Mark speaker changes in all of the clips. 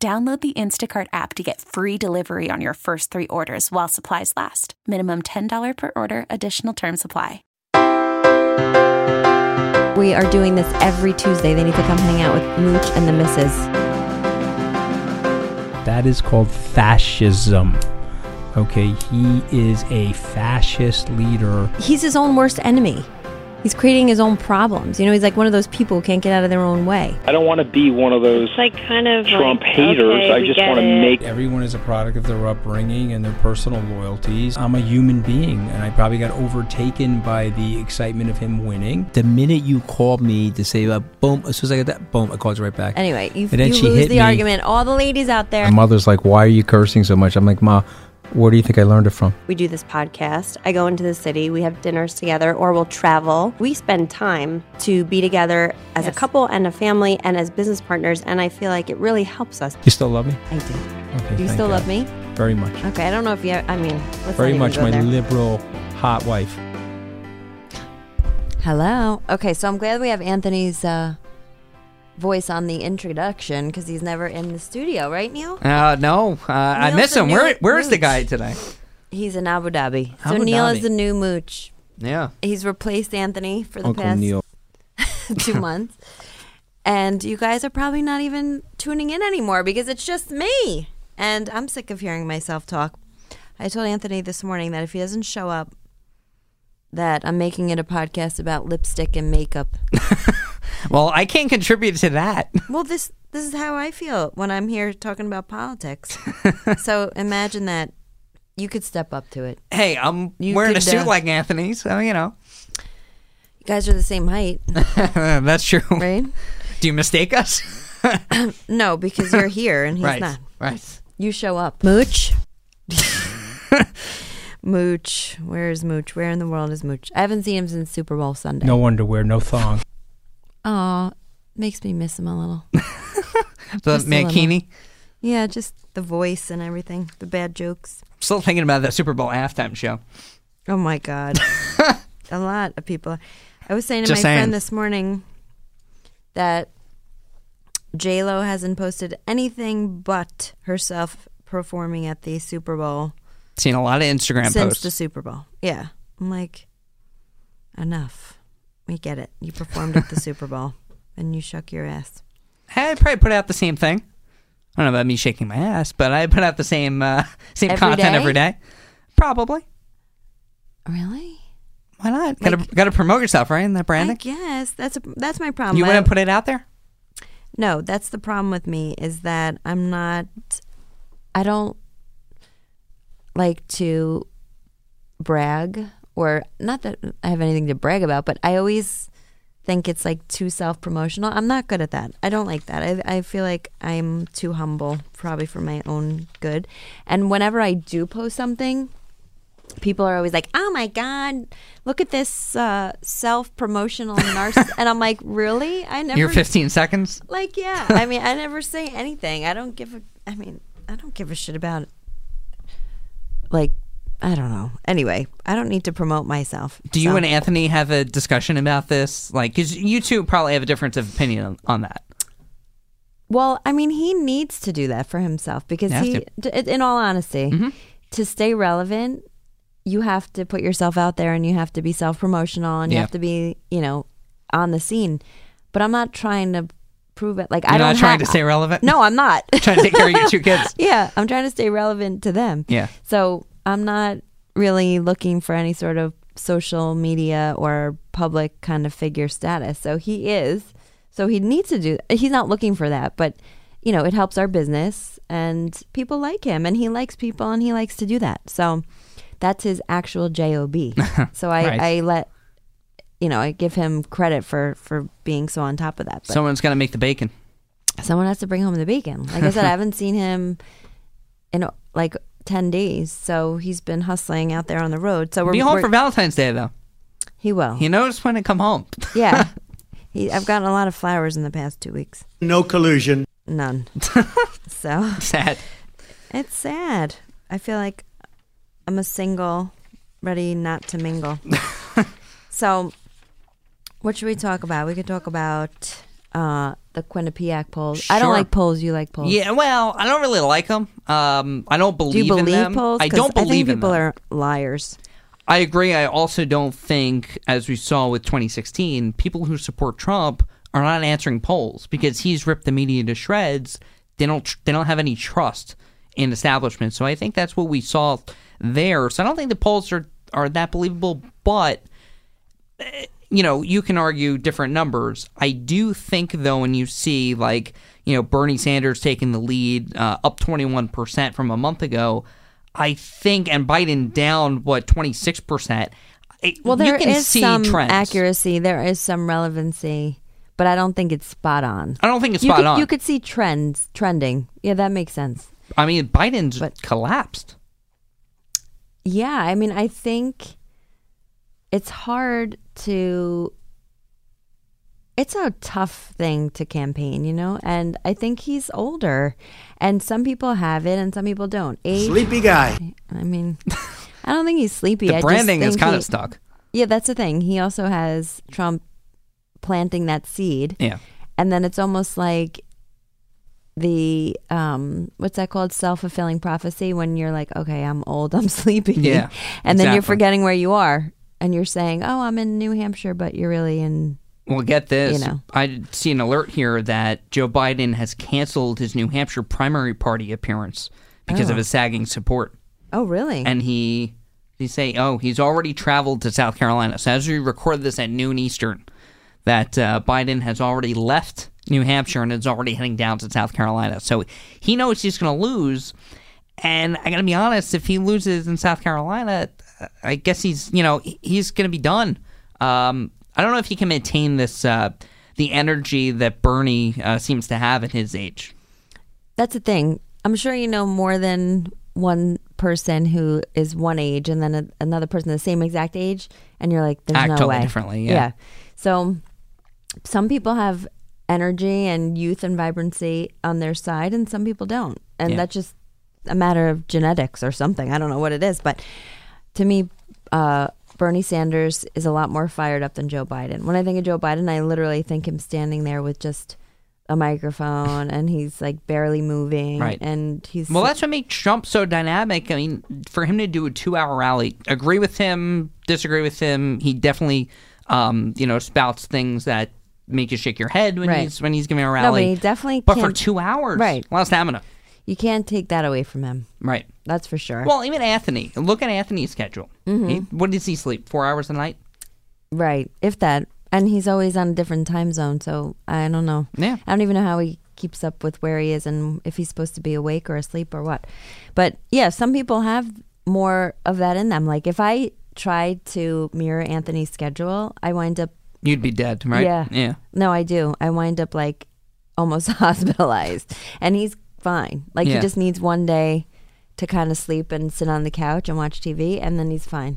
Speaker 1: Download the Instacart app to get free delivery on your first three orders while supplies last. Minimum $10 per order, additional term supply.
Speaker 2: We are doing this every Tuesday. They need to come hang out with Mooch and the Misses.
Speaker 3: That is called fascism. Okay, he is a fascist leader.
Speaker 2: He's his own worst enemy. He's creating his own problems. You know, he's like one of those people who can't get out of their own way.
Speaker 4: I don't want to be one of those
Speaker 5: It's like kind of
Speaker 4: Trump
Speaker 5: like,
Speaker 4: haters.
Speaker 5: okay,
Speaker 4: I
Speaker 5: we
Speaker 4: just
Speaker 5: get
Speaker 4: want to
Speaker 5: it.
Speaker 4: make
Speaker 3: Everyone is a product of their upbringing and their personal loyalties. I'm a human being, and I probably got overtaken by the excitement of him winning.
Speaker 6: The minute you called me to say, uh, boom, as soon as I got that, boom, I called you right back.
Speaker 2: Anyway, you,
Speaker 6: And then
Speaker 2: you
Speaker 6: she
Speaker 2: lose
Speaker 6: hit
Speaker 2: the
Speaker 6: me.
Speaker 2: argument. All the ladies out there,
Speaker 6: My mother's like, why are you cursing so much? I'm like, Ma, where do you think I learned it from?
Speaker 2: we do this podcast. I go into the city, we have dinners together, or we'll travel. We spend time to be together as a couple and a family and as business partners. And I feel like it really helps us.
Speaker 6: You still love me?
Speaker 2: I do.
Speaker 6: Okay.
Speaker 2: Do you
Speaker 6: thank
Speaker 2: still
Speaker 6: God.
Speaker 2: love me?
Speaker 6: Very much.
Speaker 2: Okay, I don't know if you. I mean, let's
Speaker 6: Very
Speaker 2: not
Speaker 6: much
Speaker 2: even
Speaker 6: my
Speaker 2: go there.
Speaker 6: liberal, hot wife.
Speaker 2: Hello. Okay, so I'm glad we have Anthony's uh, voice on the introduction because he's never in the studio, right, Neil?
Speaker 7: Uh, no, uh, I
Speaker 2: Neil's
Speaker 7: miss
Speaker 2: the
Speaker 7: him.
Speaker 2: new
Speaker 7: Where, where is the
Speaker 2: Mooch.
Speaker 7: guy today?
Speaker 2: He's in Abu Dhabi. So
Speaker 7: Abu
Speaker 2: Neil is
Speaker 7: Dhabi.
Speaker 2: the new mooch.
Speaker 7: Yeah.
Speaker 2: He's replaced Anthony for the
Speaker 6: Uncle
Speaker 2: past
Speaker 6: Neil.
Speaker 2: two months. And you guys are probably not even tuning in anymore because it's just me. And I'm sick of hearing myself talk. I told Anthony this morning that if he doesn't show up, that I'm making it a podcast about lipstick and makeup.
Speaker 7: Well, I can't contribute to that.
Speaker 2: Well, this this is how I feel when I'm here talking about politics. so imagine that you could step up to it.
Speaker 7: Hey, I'm
Speaker 2: You
Speaker 7: wearing a
Speaker 2: could,
Speaker 7: suit
Speaker 2: uh,
Speaker 7: like Anthony, so you know
Speaker 2: You guys are the same height,
Speaker 7: Uh, that's true.
Speaker 2: right?
Speaker 7: Do you mistake us?
Speaker 2: no, because you're here and he's
Speaker 7: right.
Speaker 2: not.
Speaker 7: Right.
Speaker 2: You show up, Mooch. Mooch, where is Mooch? Where in the world is Mooch? I haven't seen him since Super Bowl Sunday.
Speaker 3: No underwear, no thong.
Speaker 2: Aw, makes me miss him a little.
Speaker 7: The
Speaker 2: Just a little.
Speaker 7: mankini.
Speaker 2: yeah, just the voice and everything, the bad jokes.
Speaker 7: Still thinking about that Super Bowl halftime show.
Speaker 2: Oh my god, a lot of people. I was saying to
Speaker 7: Just
Speaker 2: my
Speaker 7: saying.
Speaker 2: friend this morning that J Lo hasn't posted anything but herself performing at the Super Bowl
Speaker 7: Seen a lot of Instagram
Speaker 2: since
Speaker 7: posts.
Speaker 2: the Super Bowl. Yeah, I'm like, enough. We get it. You performed at the Super Bowl and you shook your ass.
Speaker 7: Hey, I probably put out the same thing. I don't know about me shaking my ass, but I put out the same uh, same
Speaker 2: Every
Speaker 7: content
Speaker 2: day?
Speaker 7: every day. Probably.
Speaker 2: Really?
Speaker 7: Why not? Got
Speaker 2: Like-
Speaker 7: to got to promote yourself, right? In that
Speaker 2: I
Speaker 7: branding.
Speaker 2: guess that's a, that's my problem.
Speaker 7: You
Speaker 2: I-
Speaker 7: wouldn't put it out there.
Speaker 2: No, that's the problem with me is that I'm not. I don't like to brag or not that I have anything to brag about, but I always think it's like too self promotional. I'm not good at that. I don't like that. I, I feel like I'm too humble, probably for my own good. And whenever I do post something, people are always like, "Oh my god, look at this uh, self promotional narcissist," and I'm like, "Really? I never."
Speaker 7: Your 15 seconds.
Speaker 2: Like, yeah. I mean, I never say anything. I don't give a. I mean, I don't give a shit about. Like, I don't know. Anyway, I don't need to promote myself.
Speaker 7: Do you
Speaker 2: so-
Speaker 7: and Anthony have a discussion about this? Like, because you two probably have a difference of opinion on, on that.
Speaker 2: Well, I mean, he needs to do that for himself because
Speaker 7: You have
Speaker 2: he, d- in all honesty,
Speaker 7: Mm-hmm.
Speaker 2: to stay relevant, you have to put yourself out there and you have to be self promotional and you
Speaker 7: Yeah.
Speaker 2: have to be, you know, on the scene. But I'm not trying to prove it. Like I
Speaker 7: You're
Speaker 2: don't
Speaker 7: not trying
Speaker 2: ha-
Speaker 7: to stay relevant?
Speaker 2: No, I'm not.
Speaker 7: Trying to take care of your two kids.
Speaker 2: Yeah, I'm trying to stay relevant to them.
Speaker 7: Yeah.
Speaker 2: So I'm not really looking for any sort of social media or public kind of figure status. So he is. So he needs to do. He's not looking for that, but you know, it helps our business and people like him, and he likes people, and he likes to do that. So that's his actual job. so I,
Speaker 7: Right.
Speaker 2: I let you know, I give him credit for for being so on top of that. But
Speaker 7: Someone's got to make the bacon.
Speaker 2: someone has to bring home the bacon. Like I said, I haven't seen him in like ten days, so he's been hustling out there on the road. So we're,
Speaker 7: Be home
Speaker 2: we're-
Speaker 7: for Valentine's Day though.
Speaker 2: he will.
Speaker 7: You notice when I come home.
Speaker 2: yeah, he, I've gotten a lot of flowers in the past two weeks.
Speaker 4: No collusion.
Speaker 2: None. so
Speaker 7: Sad.
Speaker 2: it's sad. I feel like I'm a single, ready not to mingle. so, what should we talk about? We could talk about uh, the Quinnipiac polls. I don't
Speaker 7: Sure.
Speaker 2: like polls. You like polls.
Speaker 7: Yeah, well, I don't really like them. Um, I don't believe
Speaker 2: Oh. Do you
Speaker 7: in
Speaker 2: believe
Speaker 7: them.
Speaker 2: polls?
Speaker 7: I
Speaker 2: 'Cause
Speaker 7: don't
Speaker 2: I think
Speaker 7: believe in
Speaker 2: people
Speaker 7: them.
Speaker 2: are liars.
Speaker 7: I agree. I also don't think, as we saw with 2016, people who support Trump are not answering polls because he's ripped the media to shreds. They don't. tr- They don't have any trust in establishment. So I think that's what we saw there. So I don't think the polls are are that believable, but you know, you can argue different numbers. I do think, though, when you see like, you know, Bernie Sanders taking the lead, uh, up 21% from a month ago, I think, and Biden down, what, 26%. I-
Speaker 2: Well,
Speaker 7: you
Speaker 2: there is
Speaker 7: can see
Speaker 2: some
Speaker 7: trends.
Speaker 2: accuracy. There is some relevancy, but I don't think it's spot on.
Speaker 7: I don't think it's
Speaker 2: you
Speaker 7: spot
Speaker 2: could,
Speaker 7: on.
Speaker 2: You could see trends trending. Yeah, that makes sense.
Speaker 7: I mean, Biden's
Speaker 2: But-
Speaker 7: collapsed.
Speaker 2: Yeah, I mean, I think it's hard to. It's a tough thing to campaign, you know, and I think he's older, and some people have it and some people don't. Age,
Speaker 4: Sleepy guy.
Speaker 2: I mean, I don't think he's sleepy.
Speaker 7: The
Speaker 2: I just
Speaker 7: branding is
Speaker 2: think
Speaker 7: kind
Speaker 2: he-
Speaker 7: of stuck.
Speaker 2: Yeah, that's the thing. He also has Trump planting that seed,
Speaker 7: Yeah.
Speaker 2: and then it's almost like the um what's that called self-fulfilling prophecy when you're like okay i'm old i'm sleepy
Speaker 7: Yeah,
Speaker 2: and then you're
Speaker 7: exactly.
Speaker 2: forgetting where you are and you're saying oh i'm in new hampshire but you're really in
Speaker 7: Well, get this.
Speaker 2: You know.
Speaker 7: I see an alert here that Joe Biden has canceled his New Hampshire primary party appearance because
Speaker 2: Oh.
Speaker 7: of his sagging support.
Speaker 2: oh really
Speaker 7: and he they say, oh, he's already traveled to South Carolina. So as we record this at noon Eastern, that uh, Biden has already left New Hampshire and is already heading down to South Carolina. So he knows he's going to lose. And I got to be honest, if he loses in South Carolina, I guess he's you know he- he's going to be done. Um, I don't know if he can maintain this uh, the energy that Bernie uh, seems to have at his age.
Speaker 2: that's the thing i'm sure you know more than one person who is one age and then a, another person the same exact age and you're like there's
Speaker 7: Act
Speaker 2: no
Speaker 7: totally
Speaker 2: way
Speaker 7: differently, yeah.
Speaker 2: so some people have energy and youth and vibrancy on their side and some people don't and
Speaker 7: Yeah.
Speaker 2: that's just a matter of genetics or something i don't know what it is but to me uh Bernie Sanders is a lot more fired up than Joe Biden. When I think of Joe Biden, I literally think him standing there with just a microphone and he's like barely moving
Speaker 7: Right.
Speaker 2: and he's
Speaker 7: Well, that's what makes Trump so dynamic. I mean, for him to do a two-hour rally, agree with him, disagree with him, he definitely, um, you know, spouts things that make you shake your head when
Speaker 2: Right.
Speaker 7: he's when he's giving a
Speaker 2: no, but
Speaker 7: rally.
Speaker 2: he definitely
Speaker 7: But for
Speaker 2: can't,
Speaker 7: two hours,
Speaker 2: Right.
Speaker 7: A lot of stamina,
Speaker 2: you can't take that away from him.
Speaker 7: right?
Speaker 2: That's for sure.
Speaker 7: Well, even Anthony. Look at Anthony's schedule.
Speaker 2: Mm-hmm.
Speaker 7: He- what does he sleep? Four hours a night?
Speaker 2: right, if that, and he's always on a different time zone, so I don't know.
Speaker 7: Yeah.
Speaker 2: I don't even know how he keeps up with where he is and if he's supposed to be awake or asleep or what. But yeah, some people have more of that in them. Like if I try to mirror Anthony's schedule, I wind up
Speaker 7: You'd be dead, right?
Speaker 2: Yeah.
Speaker 7: yeah.
Speaker 2: No, I do. I wind up like almost hospitalized, and he's fine. Like
Speaker 7: Yeah.
Speaker 2: he just needs one day to kind of sleep and sit on the couch and watch TV, and then he's fine.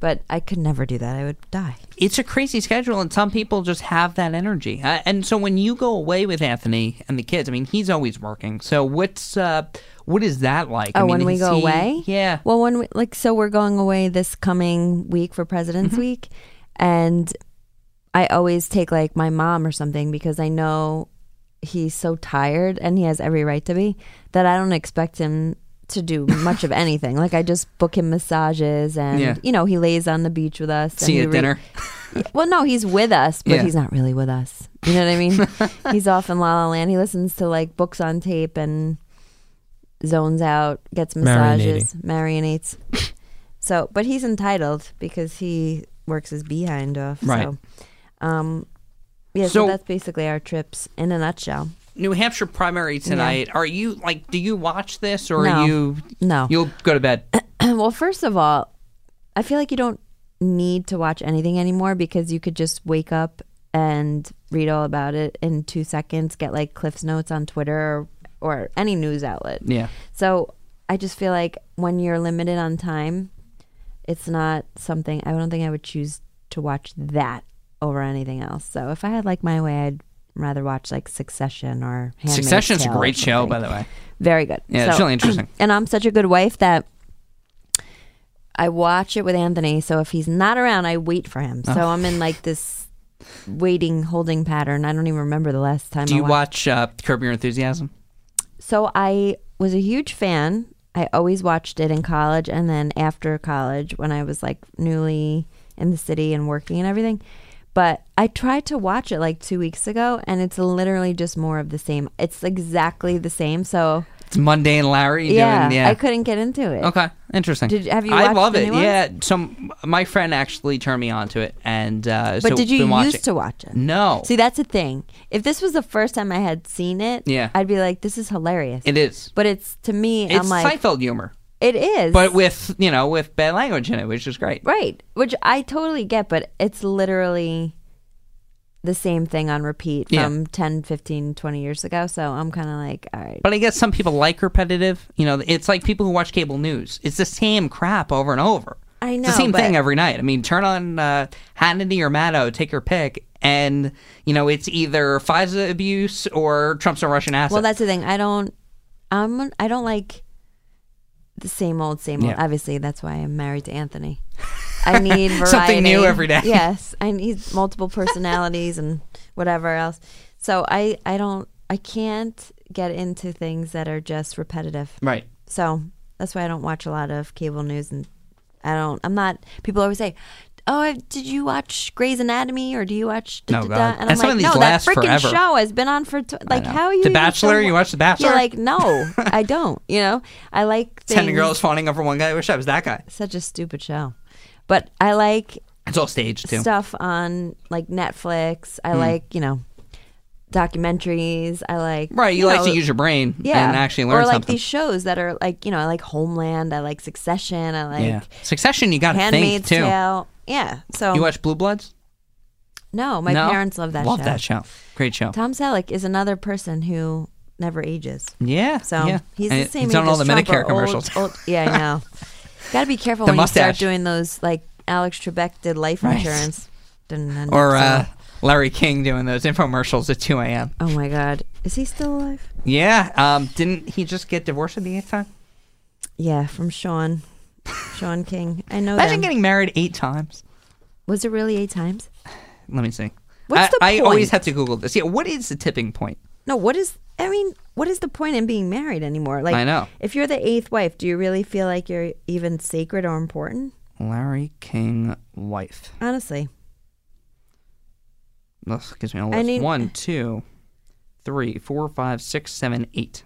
Speaker 2: But I could never do that. I would die.
Speaker 7: it's a crazy schedule, and some people just have that energy. Uh, and so when you go away with Anthony and the kids, I mean, he's always working. So what's uh, what is that like? I
Speaker 2: oh,
Speaker 7: mean,
Speaker 2: when we
Speaker 7: is
Speaker 2: go
Speaker 7: he-
Speaker 2: away?
Speaker 7: yeah.
Speaker 2: Well, when we, like so we're going away this coming week for President's
Speaker 7: Mm-hmm.
Speaker 2: Week, and I always take like my mom or something because I know he's so tired and he has every right to be that I don't expect him to do much of anything. Like I just book him massages and
Speaker 7: Yeah.
Speaker 2: you know he lays on the beach with us. and
Speaker 7: see you
Speaker 2: he
Speaker 7: at
Speaker 2: re-
Speaker 7: dinner.
Speaker 2: well, no, he's with us, but
Speaker 7: Yeah.
Speaker 2: he's not really with us. You know what I mean? he's off in La La Land. He listens to like books on tape and zones out, gets massages, marinates. so, but he's entitled because he works his behind off.
Speaker 7: Right.
Speaker 2: So, um, yeah, so,
Speaker 7: So-
Speaker 2: that's basically our trips in a nutshell.
Speaker 7: New Hampshire primary tonight. Are you like? Do you watch this or
Speaker 2: No.
Speaker 7: are you?
Speaker 2: No.
Speaker 7: You'll go to bed.
Speaker 2: well, first of all, I feel like you don't need to watch anything anymore because you could just wake up and read all about it in two seconds, get like Cliff's Notes on Twitter or, or any news outlet.
Speaker 7: Yeah.
Speaker 2: So I just feel like when you're limited on time, it's not something I don't think I would choose to watch that over anything else. So if I had like my way, I'd rather watch like Succession or Handmaid's
Speaker 7: Succession's a
Speaker 2: Tale or
Speaker 7: great show,
Speaker 2: something.
Speaker 7: by the way.
Speaker 2: Very good.
Speaker 7: Yeah, it's really interesting.
Speaker 2: And I'm such a good wife that I watch it with Anthony. So if he's not around, I wait for him. So
Speaker 7: Oh.
Speaker 2: I'm in like this waiting, holding pattern. I don't even remember the last time.
Speaker 7: Do
Speaker 2: I
Speaker 7: you
Speaker 2: watched.
Speaker 7: watch uh, Curb Your Enthusiasm?
Speaker 2: So I was a huge fan. I always watched it in college and then after college when I was like newly in the city and working and everything. But I tried to watch it like two weeks ago and it's literally just more of the same. It's exactly the same. So
Speaker 7: It's Mundane Larry.
Speaker 2: yeah,
Speaker 7: doing, yeah.
Speaker 2: I couldn't get into it.
Speaker 7: Okay, interesting.
Speaker 2: Did- have you
Speaker 7: I
Speaker 2: watched
Speaker 7: love
Speaker 2: the
Speaker 7: it.
Speaker 2: new ones?
Speaker 7: Yeah, some my friend actually turned me onto it, and uh,
Speaker 2: But
Speaker 7: so
Speaker 2: did you
Speaker 7: been
Speaker 2: used
Speaker 7: watching.
Speaker 2: to watch it?
Speaker 7: No,
Speaker 2: See, that's the thing. If this was the first time I had seen it,
Speaker 7: Yeah.
Speaker 2: I'd be like, this is hilarious.
Speaker 7: it is.
Speaker 2: But it's to me,
Speaker 7: It's
Speaker 2: I'm like,
Speaker 7: Seinfeld humor,
Speaker 2: it is.
Speaker 7: but with you know with bad language in it, which is great.
Speaker 2: Right, which I totally get, but it's literally the same thing on repeat
Speaker 7: Yeah.
Speaker 2: from ten, fifteen, twenty 10, 15, 20 years ago. So I'm kind of like, all right.
Speaker 7: But I guess some people like repetitive. You know, it's like people who watch cable news. It's the same crap over and over.
Speaker 2: I
Speaker 7: It's the
Speaker 2: know,
Speaker 7: same
Speaker 2: but-
Speaker 7: thing every night. I mean, turn on uh, Hannity or Maddow, take your pick, and you know it's either FISA abuse or Trump's a Russian asset.
Speaker 2: Well, that's the thing. I don't, I'm, I don't like the same old, same old.
Speaker 7: Yeah.
Speaker 2: Obviously, that's why I'm married to Anthony. I need variety.
Speaker 7: Something new every day.
Speaker 2: Yes, I need multiple personalities and whatever else. So I, I don't, I can't get into things that are just repetitive.
Speaker 7: right.
Speaker 2: So that's why I don't watch a lot of cable news, and I don't. I'm not. People always say, "Oh, I- did you watch Grey's Anatomy or do you watch?" da-
Speaker 7: No,
Speaker 2: da-
Speaker 7: God.
Speaker 2: da?" And I'm
Speaker 7: And some
Speaker 2: like,
Speaker 7: of
Speaker 2: "No,
Speaker 7: these
Speaker 2: that
Speaker 7: last
Speaker 2: freaking
Speaker 7: forever.
Speaker 2: show has been on for tw- like
Speaker 7: know.
Speaker 2: how are you
Speaker 7: The
Speaker 2: even
Speaker 7: Bachelor?
Speaker 2: still wa-
Speaker 7: You watch The Bachelor?
Speaker 2: You're like, no, I don't. You know, I like
Speaker 7: Ten
Speaker 2: things-
Speaker 7: girls fawning over one guy. I wish I was that guy.
Speaker 2: Such a stupid show, but I like
Speaker 7: It's all staged too.
Speaker 2: stuff on like Netflix.
Speaker 7: Hmm.
Speaker 2: I like you know documentaries. I like
Speaker 7: Right, you, like
Speaker 2: know,
Speaker 7: to use your brain
Speaker 2: yeah,
Speaker 7: and actually
Speaker 2: or
Speaker 7: learn
Speaker 2: like
Speaker 7: something.
Speaker 2: these shows that are like you know, I like Homeland, I like Succession, I like
Speaker 7: yeah. Succession, you got to think
Speaker 2: Handmaid's
Speaker 7: too.
Speaker 2: Tale. Yeah, so
Speaker 7: You watch Blue Bloods?
Speaker 2: no, my
Speaker 7: No?
Speaker 2: parents love that
Speaker 7: Love
Speaker 2: show.
Speaker 7: that show. Great show.
Speaker 2: Tom Selleck is another person who never ages.
Speaker 7: Yeah.
Speaker 2: So
Speaker 7: yeah.
Speaker 2: he's
Speaker 7: And
Speaker 2: the same. age
Speaker 7: He's on all
Speaker 2: as
Speaker 7: the
Speaker 2: Trump,
Speaker 7: Medicare
Speaker 2: or
Speaker 7: commercials.
Speaker 2: Old, old, yeah, I know. Got to be careful
Speaker 7: The
Speaker 2: when you start
Speaker 7: mustache.
Speaker 2: doing those like Alex Trebek did life
Speaker 7: Right.
Speaker 2: insurance. Didn't end
Speaker 7: or uh,
Speaker 2: up so-
Speaker 7: Larry King doing those infomercials at 2 a.m.
Speaker 2: oh my god, is he still alive?
Speaker 7: Yeah. Um, didn't he just get divorced at the eighth time?
Speaker 2: Yeah, from Sean, Sean King. I know.
Speaker 7: Imagine
Speaker 2: them.
Speaker 7: getting married eight times.
Speaker 2: was it really eight times?
Speaker 7: Let me see.
Speaker 2: What's the
Speaker 7: I, I always
Speaker 2: point?
Speaker 7: have to Google this. Yeah. What is the tipping point?
Speaker 2: No, what is I mean, what is the point in being married anymore? Like
Speaker 7: I know.
Speaker 2: If you're the eighth wife, do you really feel like you're even sacred or important?
Speaker 7: Larry King wife.
Speaker 2: Honestly.
Speaker 7: Ugh, gives me a
Speaker 2: I
Speaker 7: list.
Speaker 2: need-
Speaker 7: One, two, three, four, five, six, seven, eight.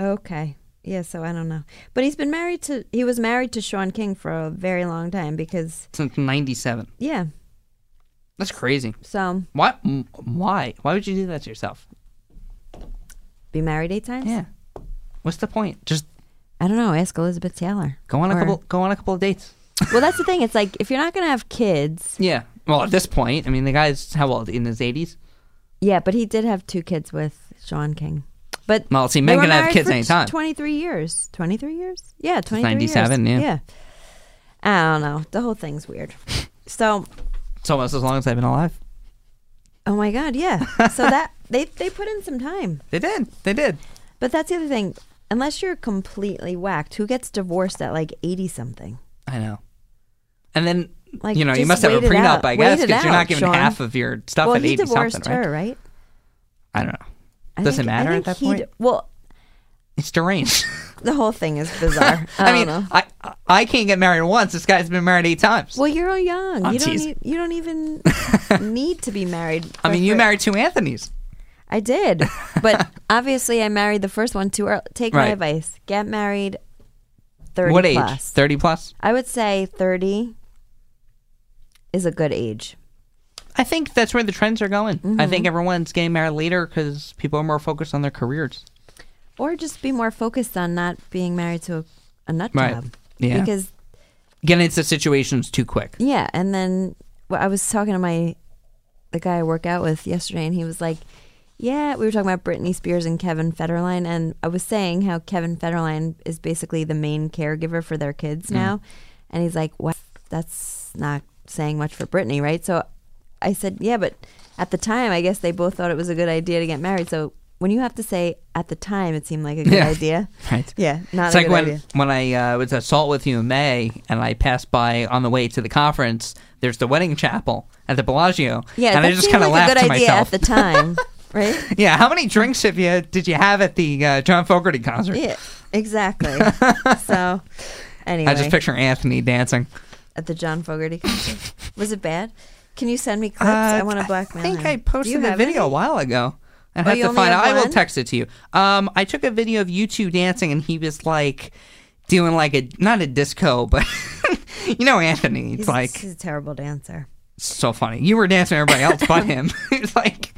Speaker 2: Okay. Yeah, so I don't know. But he's been married to he was married to Sean King for a very long time because
Speaker 7: Since '97.
Speaker 2: yeah.
Speaker 7: That's crazy.
Speaker 2: So
Speaker 7: Why? m- Why? Why would you do that to yourself?
Speaker 2: be married eight times?
Speaker 7: Yeah. What's the point? Just
Speaker 2: I don't know, ask Elizabeth Taylor.
Speaker 7: go on a
Speaker 2: Or-
Speaker 7: couple. Go on a couple of dates.
Speaker 2: Well that's the thing, it's like if you're not gonna have kids
Speaker 7: Yeah. Well, at this point, I mean, the guy's how old? In his 80s.
Speaker 2: Yeah, but he did have two kids with Sean King. But
Speaker 7: Well, see,
Speaker 2: they
Speaker 7: men
Speaker 2: were
Speaker 7: can have
Speaker 2: married
Speaker 7: kids
Speaker 2: for
Speaker 7: anytime.
Speaker 2: Twenty-three years. Twenty-three years. Yeah, twenty-three.
Speaker 7: 97,
Speaker 2: Years.
Speaker 7: yeah.
Speaker 2: I don't know. The whole thing's weird. So,
Speaker 7: It's almost as long as I've been alive.
Speaker 2: oh my god, yeah. So that they they put in some time,
Speaker 7: They did. They did.
Speaker 2: but that's the other thing. Unless you're completely whacked, who gets divorced at like eighty something?
Speaker 7: I know. And then
Speaker 2: Like,
Speaker 7: you know you
Speaker 2: just
Speaker 7: must have a
Speaker 2: wait it
Speaker 7: prenup,
Speaker 2: out.
Speaker 7: I guess,
Speaker 2: Wait it
Speaker 7: because you're
Speaker 2: out,
Speaker 7: not giving
Speaker 2: Sean.
Speaker 7: half of your stuff
Speaker 2: well,
Speaker 7: at
Speaker 2: he
Speaker 7: 80
Speaker 2: divorced
Speaker 7: something, right?
Speaker 2: her, right?
Speaker 7: I don't know.
Speaker 2: I
Speaker 7: Doesn't
Speaker 2: think- I
Speaker 7: matter at
Speaker 2: think
Speaker 7: that
Speaker 2: he
Speaker 7: point?
Speaker 2: d- well,
Speaker 7: It's deranged.
Speaker 2: the whole thing is bizarre. I,
Speaker 7: I,
Speaker 2: don't
Speaker 7: mean,
Speaker 2: know.
Speaker 7: I I can't get married once. This guy's been married eight times.
Speaker 2: Well, you're all young.
Speaker 7: I'm
Speaker 2: you don't.
Speaker 7: teasing.
Speaker 2: Need, you don't even need to be married.
Speaker 7: I mean, you
Speaker 2: married.
Speaker 7: married two Anthony's.
Speaker 2: I did, but obviously I married the first one too early. Take my
Speaker 7: Right.
Speaker 2: advice: get married thirty.
Speaker 7: what age?
Speaker 2: plus.
Speaker 7: Thirty plus.
Speaker 2: I would say thirty is a good age.
Speaker 7: I think that's where the trends are going. I
Speaker 2: Mm-hmm.
Speaker 7: think everyone's getting married later because people are more focused on their careers.
Speaker 2: Or just be more focused on not being married to a, a nut
Speaker 7: Right.
Speaker 2: job.
Speaker 7: Yeah.
Speaker 2: Because
Speaker 7: Getting into situations too quick.
Speaker 2: yeah, and then well, I was talking to my the guy I work out with yesterday, and he was like, "Yeah, we were talking about Britney Spears and Kevin Federline, and I was saying how Kevin Federline is basically the main caregiver for their kids
Speaker 7: Mm.
Speaker 2: now," and he's like, "Well, that's not saying much for Britney, right?" So I said, "Yeah, but at the time, I guess they both thought it was a good idea to get married." So when you have to say at the time, it seemed like a good
Speaker 7: Yeah.
Speaker 2: idea.
Speaker 7: Right.
Speaker 2: Yeah, not
Speaker 7: it's
Speaker 2: a
Speaker 7: like
Speaker 2: good
Speaker 7: when
Speaker 2: idea.
Speaker 7: when I uh, was at Salt with you in May, and I passed by on the way to the conference. There's the wedding chapel at the Bellagio.
Speaker 2: Yeah,
Speaker 7: and
Speaker 2: that
Speaker 7: I just
Speaker 2: seemed
Speaker 7: kind of
Speaker 2: like
Speaker 7: laughed
Speaker 2: a good
Speaker 7: to
Speaker 2: idea
Speaker 7: myself.
Speaker 2: at the time, right?
Speaker 7: yeah, how many drinks have you did you have at the uh, John Fogerty concert?
Speaker 2: Yeah, exactly. so, anyway,
Speaker 7: I just picture Anthony dancing.
Speaker 2: at the John Fogerty concert, was it bad? Can you send me clips? I want to blackmail.
Speaker 7: Uh, I think
Speaker 2: him.
Speaker 7: I
Speaker 2: Do
Speaker 7: posted
Speaker 2: you
Speaker 7: the
Speaker 2: have
Speaker 7: video a
Speaker 2: any?
Speaker 7: while ago. I
Speaker 2: Oh,
Speaker 7: have
Speaker 2: you
Speaker 7: to
Speaker 2: only
Speaker 7: find.
Speaker 2: have
Speaker 7: I will
Speaker 2: one?
Speaker 7: text it to you. Um, I took a video of you two dancing, and he was like doing like a not a disco, but you know Anthony. It's
Speaker 2: He's,
Speaker 7: like
Speaker 2: he's a terrible dancer.
Speaker 7: so funny. You were dancing everybody else but him. he was like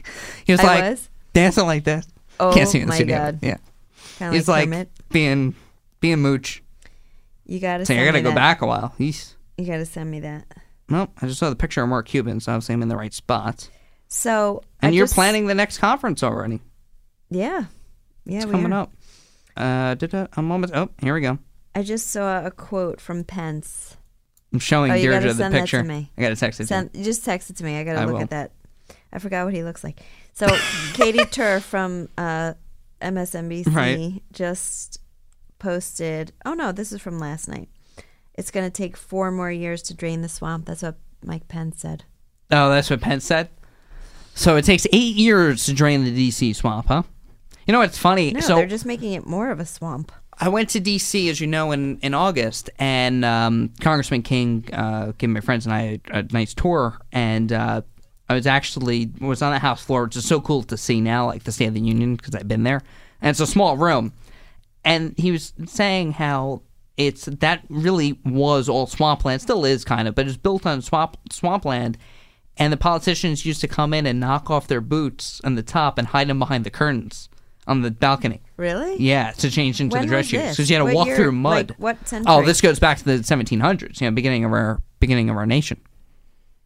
Speaker 7: he was
Speaker 2: I
Speaker 7: like
Speaker 2: was?
Speaker 7: dancing like this.
Speaker 2: Oh
Speaker 7: Can't see you in the
Speaker 2: my
Speaker 7: studio.
Speaker 2: God.
Speaker 7: Yeah.
Speaker 2: Kind
Speaker 7: He's
Speaker 2: of
Speaker 7: like
Speaker 2: like, Kermit.
Speaker 7: being being mooch.
Speaker 2: you gotta.
Speaker 7: So
Speaker 2: Send
Speaker 7: I gotta
Speaker 2: me
Speaker 7: go
Speaker 2: that.
Speaker 7: back a while. He's
Speaker 2: You gotta send me that.
Speaker 7: well, I just saw the picture of Mark Cuban, so obviously I'm in the right spot.
Speaker 2: So I
Speaker 7: And you're
Speaker 2: just-
Speaker 7: planning the next conference already.
Speaker 2: Yeah, yeah,
Speaker 7: It's
Speaker 2: we
Speaker 7: coming
Speaker 2: are.
Speaker 7: up. Uh da-da, a moment oh, here we go.
Speaker 2: I just saw a quote from Pence.
Speaker 7: I'm showing
Speaker 2: Oh, you
Speaker 7: Deirdre
Speaker 2: gotta
Speaker 7: the
Speaker 2: send that to
Speaker 7: picture.
Speaker 2: me.
Speaker 7: I gotta text it to you.
Speaker 2: Send, just text it to me. I gotta
Speaker 7: I
Speaker 2: look
Speaker 7: will.
Speaker 2: at that. I forgot what he looks like. So Katie Turr from uh, MSNBC
Speaker 7: Right.
Speaker 2: just posted. Oh no, this is from last night. It's going to take four more years to drain the swamp. That's what Mike Pence said.
Speaker 7: Oh, that's what Pence said. So it takes eight years to drain the DC swamp, huh? You know what's funny?
Speaker 2: No,
Speaker 7: so
Speaker 2: they're just making it more of a swamp.
Speaker 7: I went to D.C. as you know in in August, and um, Congressman King uh, gave my friends and I a, a nice tour, and uh, I was actually was on the House floor, which is so cool to see now, like the State of the Union, because I've been there, and it's a small room, and he was saying how it's that really was all swampland, still is kind of, but it's built on swamp swampland. And the politicians used to come in and knock off their boots on the top and hide them behind the curtains on the balcony.
Speaker 2: Really?
Speaker 7: Yeah, to change into
Speaker 2: When
Speaker 7: the dress
Speaker 2: was
Speaker 7: shoes
Speaker 2: this?
Speaker 7: because you had to
Speaker 2: What
Speaker 7: walk
Speaker 2: year-
Speaker 7: through mud.
Speaker 2: like, what
Speaker 7: Oh,
Speaker 2: century?
Speaker 7: this goes back to the 1700s. You know, beginning of our beginning of our nation.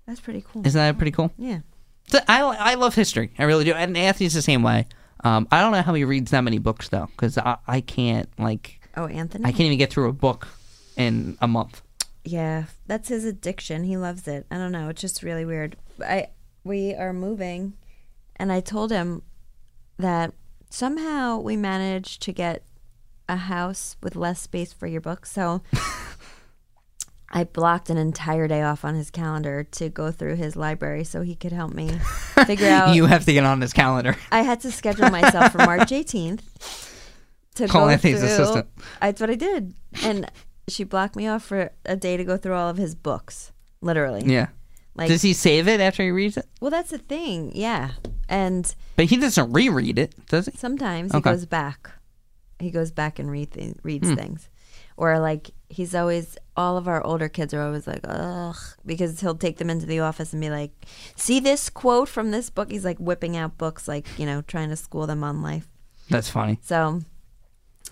Speaker 2: That's pretty cool.
Speaker 7: Isn't that pretty cool?
Speaker 2: yeah.
Speaker 7: So I I love history. I really do. And Anthony's the same way. Um, I don't know how he reads that many books though, because I, I can't like
Speaker 2: Oh, Anthony.
Speaker 7: I can't even get through a book in a month.
Speaker 2: Yeah, that's his addiction. He loves it. I don't know. It's just really weird. I we are moving, and I told him that somehow we managed to get a house with less space for your books. So I blocked an entire day off on his calendar to go through his library so he could help me figure out.
Speaker 7: You have to get on his calendar.
Speaker 2: I had to schedule myself for March 18th to
Speaker 7: Call
Speaker 2: go
Speaker 7: Anthony's
Speaker 2: through-
Speaker 7: assistant.
Speaker 2: That's what I did, and she blocked me off for a day to go through all of his books, literally.
Speaker 7: Yeah.
Speaker 2: Like,
Speaker 7: Does he save it after he reads it?
Speaker 2: well, that's the thing, yeah. And
Speaker 7: But he doesn't reread it, does he?
Speaker 2: sometimes
Speaker 7: Okay. Hmm.
Speaker 2: he goes back. He goes back and read th- reads things, or like he's always. All of our older kids are always like, ugh, because he'll take them into the office and be like, "See this quote from this book." He's like whipping out books, like you know, trying to school them on life.
Speaker 7: That's funny.
Speaker 2: So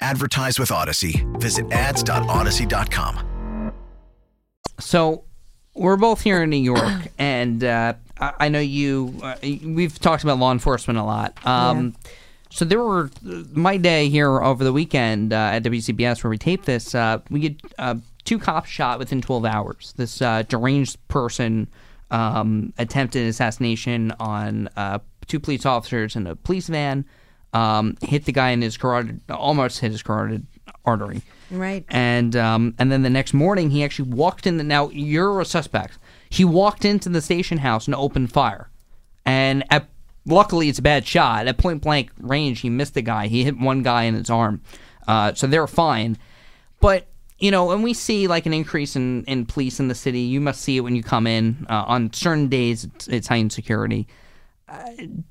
Speaker 8: Advertise with Odyssey. Visit ads.odyssey.com.
Speaker 7: So we're both here in New York, and uh, I, I know you. Uh, we've talked about law enforcement a lot. Um, So there were my day here over the weekend uh, at WCBS where we taped this. Uh, we had uh, two cops shot within 12 hours. This uh, deranged person um, attempted assassination on uh, two police officers in a police van, um, hit the guy in his carotid, almost hit his carotid artery.
Speaker 2: Right.
Speaker 7: And um, and then the next morning, he actually walked in. The, now you're a suspect. He walked into the station house and opened fire. And at, luckily, it's a bad shot. At point blank range, he missed the guy. He hit one guy in his arm. Uh, so they're fine. But you know, when we see like an increase in, in police in the city, you must see it when you come in. Uh, on certain days, it's, it's heightened security. Uh,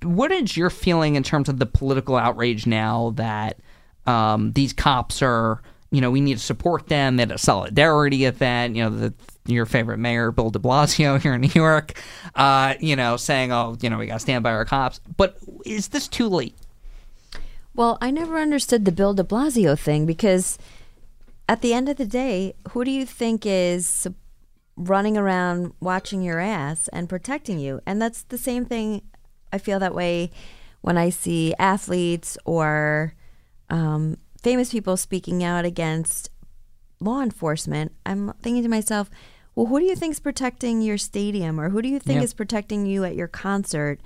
Speaker 7: what is your feeling in terms of the political outrage now that um, these cops are? You know, we need to support them. That a solidarity event. You know, the, your favorite mayor Bill De Blasio here in New York. Uh, you know, saying, "Oh, you know, we got to stand by our cops." But is this too late?
Speaker 2: Well, I never understood the Bill de Blasio thing because at the end of the day, who do you think is sup- running around watching your ass and protecting you? And that's the same thing I feel that way when I see athletes or um, famous people speaking out against law enforcement. I'm thinking to myself, well, who do you think is protecting your stadium or who do you think
Speaker 7: Yeah.
Speaker 2: is protecting you at your concert?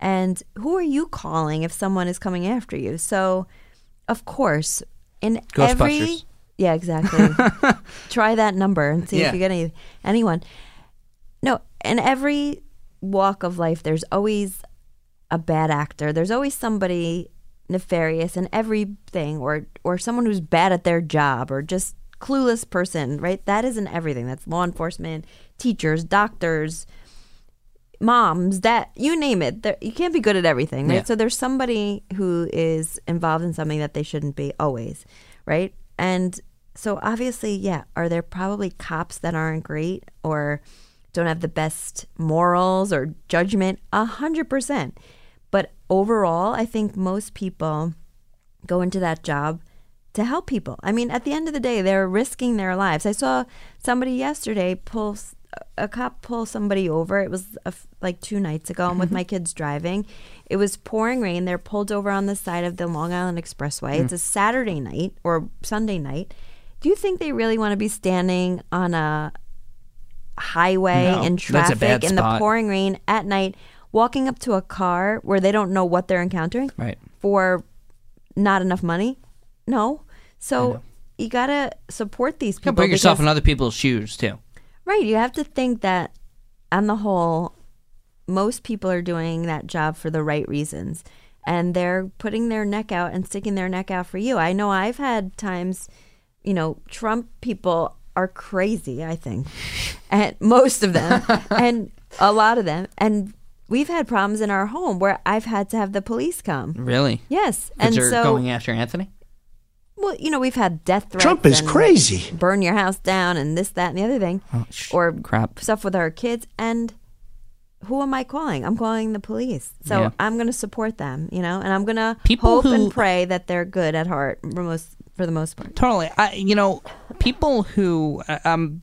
Speaker 2: And who are you calling if someone is coming after you? So, of course, in every
Speaker 7: Ghostbusters.
Speaker 2: yeah, exactly. Try that number and see
Speaker 7: Yeah.
Speaker 2: if you get any anyone. No, in every walk of life, there's always a bad actor. There's always somebody nefarious in everything, or or someone who's bad at their job, or just clueless person. Right? That isn't everything. That's law enforcement, teachers, doctors, moms. That you name it. There- You can't be good at everything, right?
Speaker 7: Yeah.
Speaker 2: So there's somebody who is involved in something that they shouldn't be always, right? And so obviously, yeah, are there probably cops that aren't great or don't have the best morals or judgment? A hundred percent. But overall, I think most people go into that job to help people. I mean, at the end of the day, they're risking their lives. I saw somebody yesterday pull s- a cop pull somebody over. It was a f like two nights ago. I'm with
Speaker 7: Mm-hmm.
Speaker 2: my kids driving. It was pouring rain. They're pulled over on the side of the Long Island Expressway.
Speaker 7: Mm.
Speaker 2: It's a Saturday night or Sunday night. Do you think they really want to be standing on a highway
Speaker 7: No,
Speaker 2: in
Speaker 7: that's a
Speaker 2: traffic
Speaker 7: bad
Speaker 2: in the
Speaker 7: spot.
Speaker 2: pouring rain at night, walking up to a car where they don't know what they're encountering?
Speaker 7: Right.
Speaker 2: for not enough money? No. So you gotta support these
Speaker 7: You
Speaker 2: people.
Speaker 7: can put yourself
Speaker 2: because-
Speaker 7: in other people's shoes too.
Speaker 2: right. You have to think that, on the whole, most people are doing that job for the right reasons, and they're putting their neck out and sticking their neck out for you. I know I've had times, you know, Trump people are crazy. I think, and most of them, and a lot of them, and we've had problems in our home where I've had to have the police come.
Speaker 7: Really?
Speaker 2: Yes, and
Speaker 7: Because they're
Speaker 2: so
Speaker 7: going after Anthony.
Speaker 2: well, you know, we've had death threats. Trump is crazy. Burn your house down and this, that, and the other thing.
Speaker 7: sh-
Speaker 2: or
Speaker 7: crap.
Speaker 2: Stuff with our kids. And who am I calling? I'm calling the police. So
Speaker 7: Yeah.
Speaker 2: I'm going to support them, you know, and I'm going to
Speaker 7: People
Speaker 2: hope
Speaker 7: who-
Speaker 2: and pray that they're good at heart for, most, for the most part.
Speaker 7: Totally. I, you know, people who I- I'm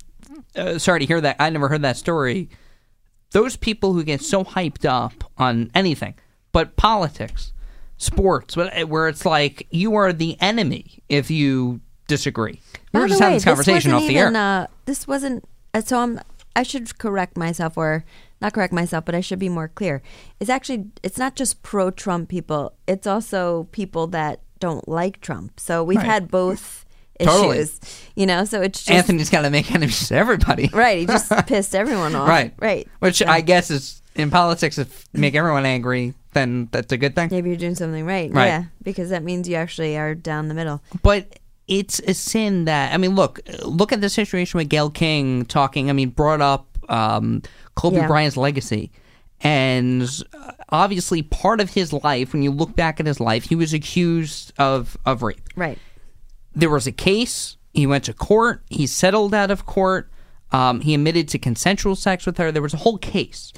Speaker 7: uh, sorry to hear that. I never heard that story. Those people who get so hyped up on anything, but politics, sports, but- where it's like you are the enemy if you disagree. We
Speaker 2: By
Speaker 7: We're
Speaker 2: the
Speaker 7: just
Speaker 2: way,
Speaker 7: having this conversation
Speaker 2: wasn't
Speaker 7: off the
Speaker 2: even,
Speaker 7: air.
Speaker 2: Uh, this wasn't. uh, So I'm. I should correct myself, or not correct myself, but I should be more clear. It's actually. It's not just pro-Trump people. It's also people that don't like Trump. So we've
Speaker 7: Right.
Speaker 2: had both issues.
Speaker 7: Totally.
Speaker 2: You know. So it's just
Speaker 7: Anthony's got to make enemies to everybody.
Speaker 2: right. He just pissed everyone off.
Speaker 7: Right.
Speaker 2: Right.
Speaker 7: Which
Speaker 2: So
Speaker 7: I guess is in politics, if make everyone angry, then that's a good thing.
Speaker 2: Maybe you're doing something right.
Speaker 7: Right.
Speaker 2: Yeah, because that means you actually are down the middle.
Speaker 7: but it's a sin that I mean, look, look at the situation with Gail King talking. I mean, brought up um, Kobe
Speaker 2: Yeah.
Speaker 7: Bryant's legacy, and uh, obviously part of his life. When you look back at his life, he was accused of of rape.
Speaker 2: Right.
Speaker 7: There was a case. He went to court. He settled out of court. Um, he admitted to consensual sex with her. There was a whole case.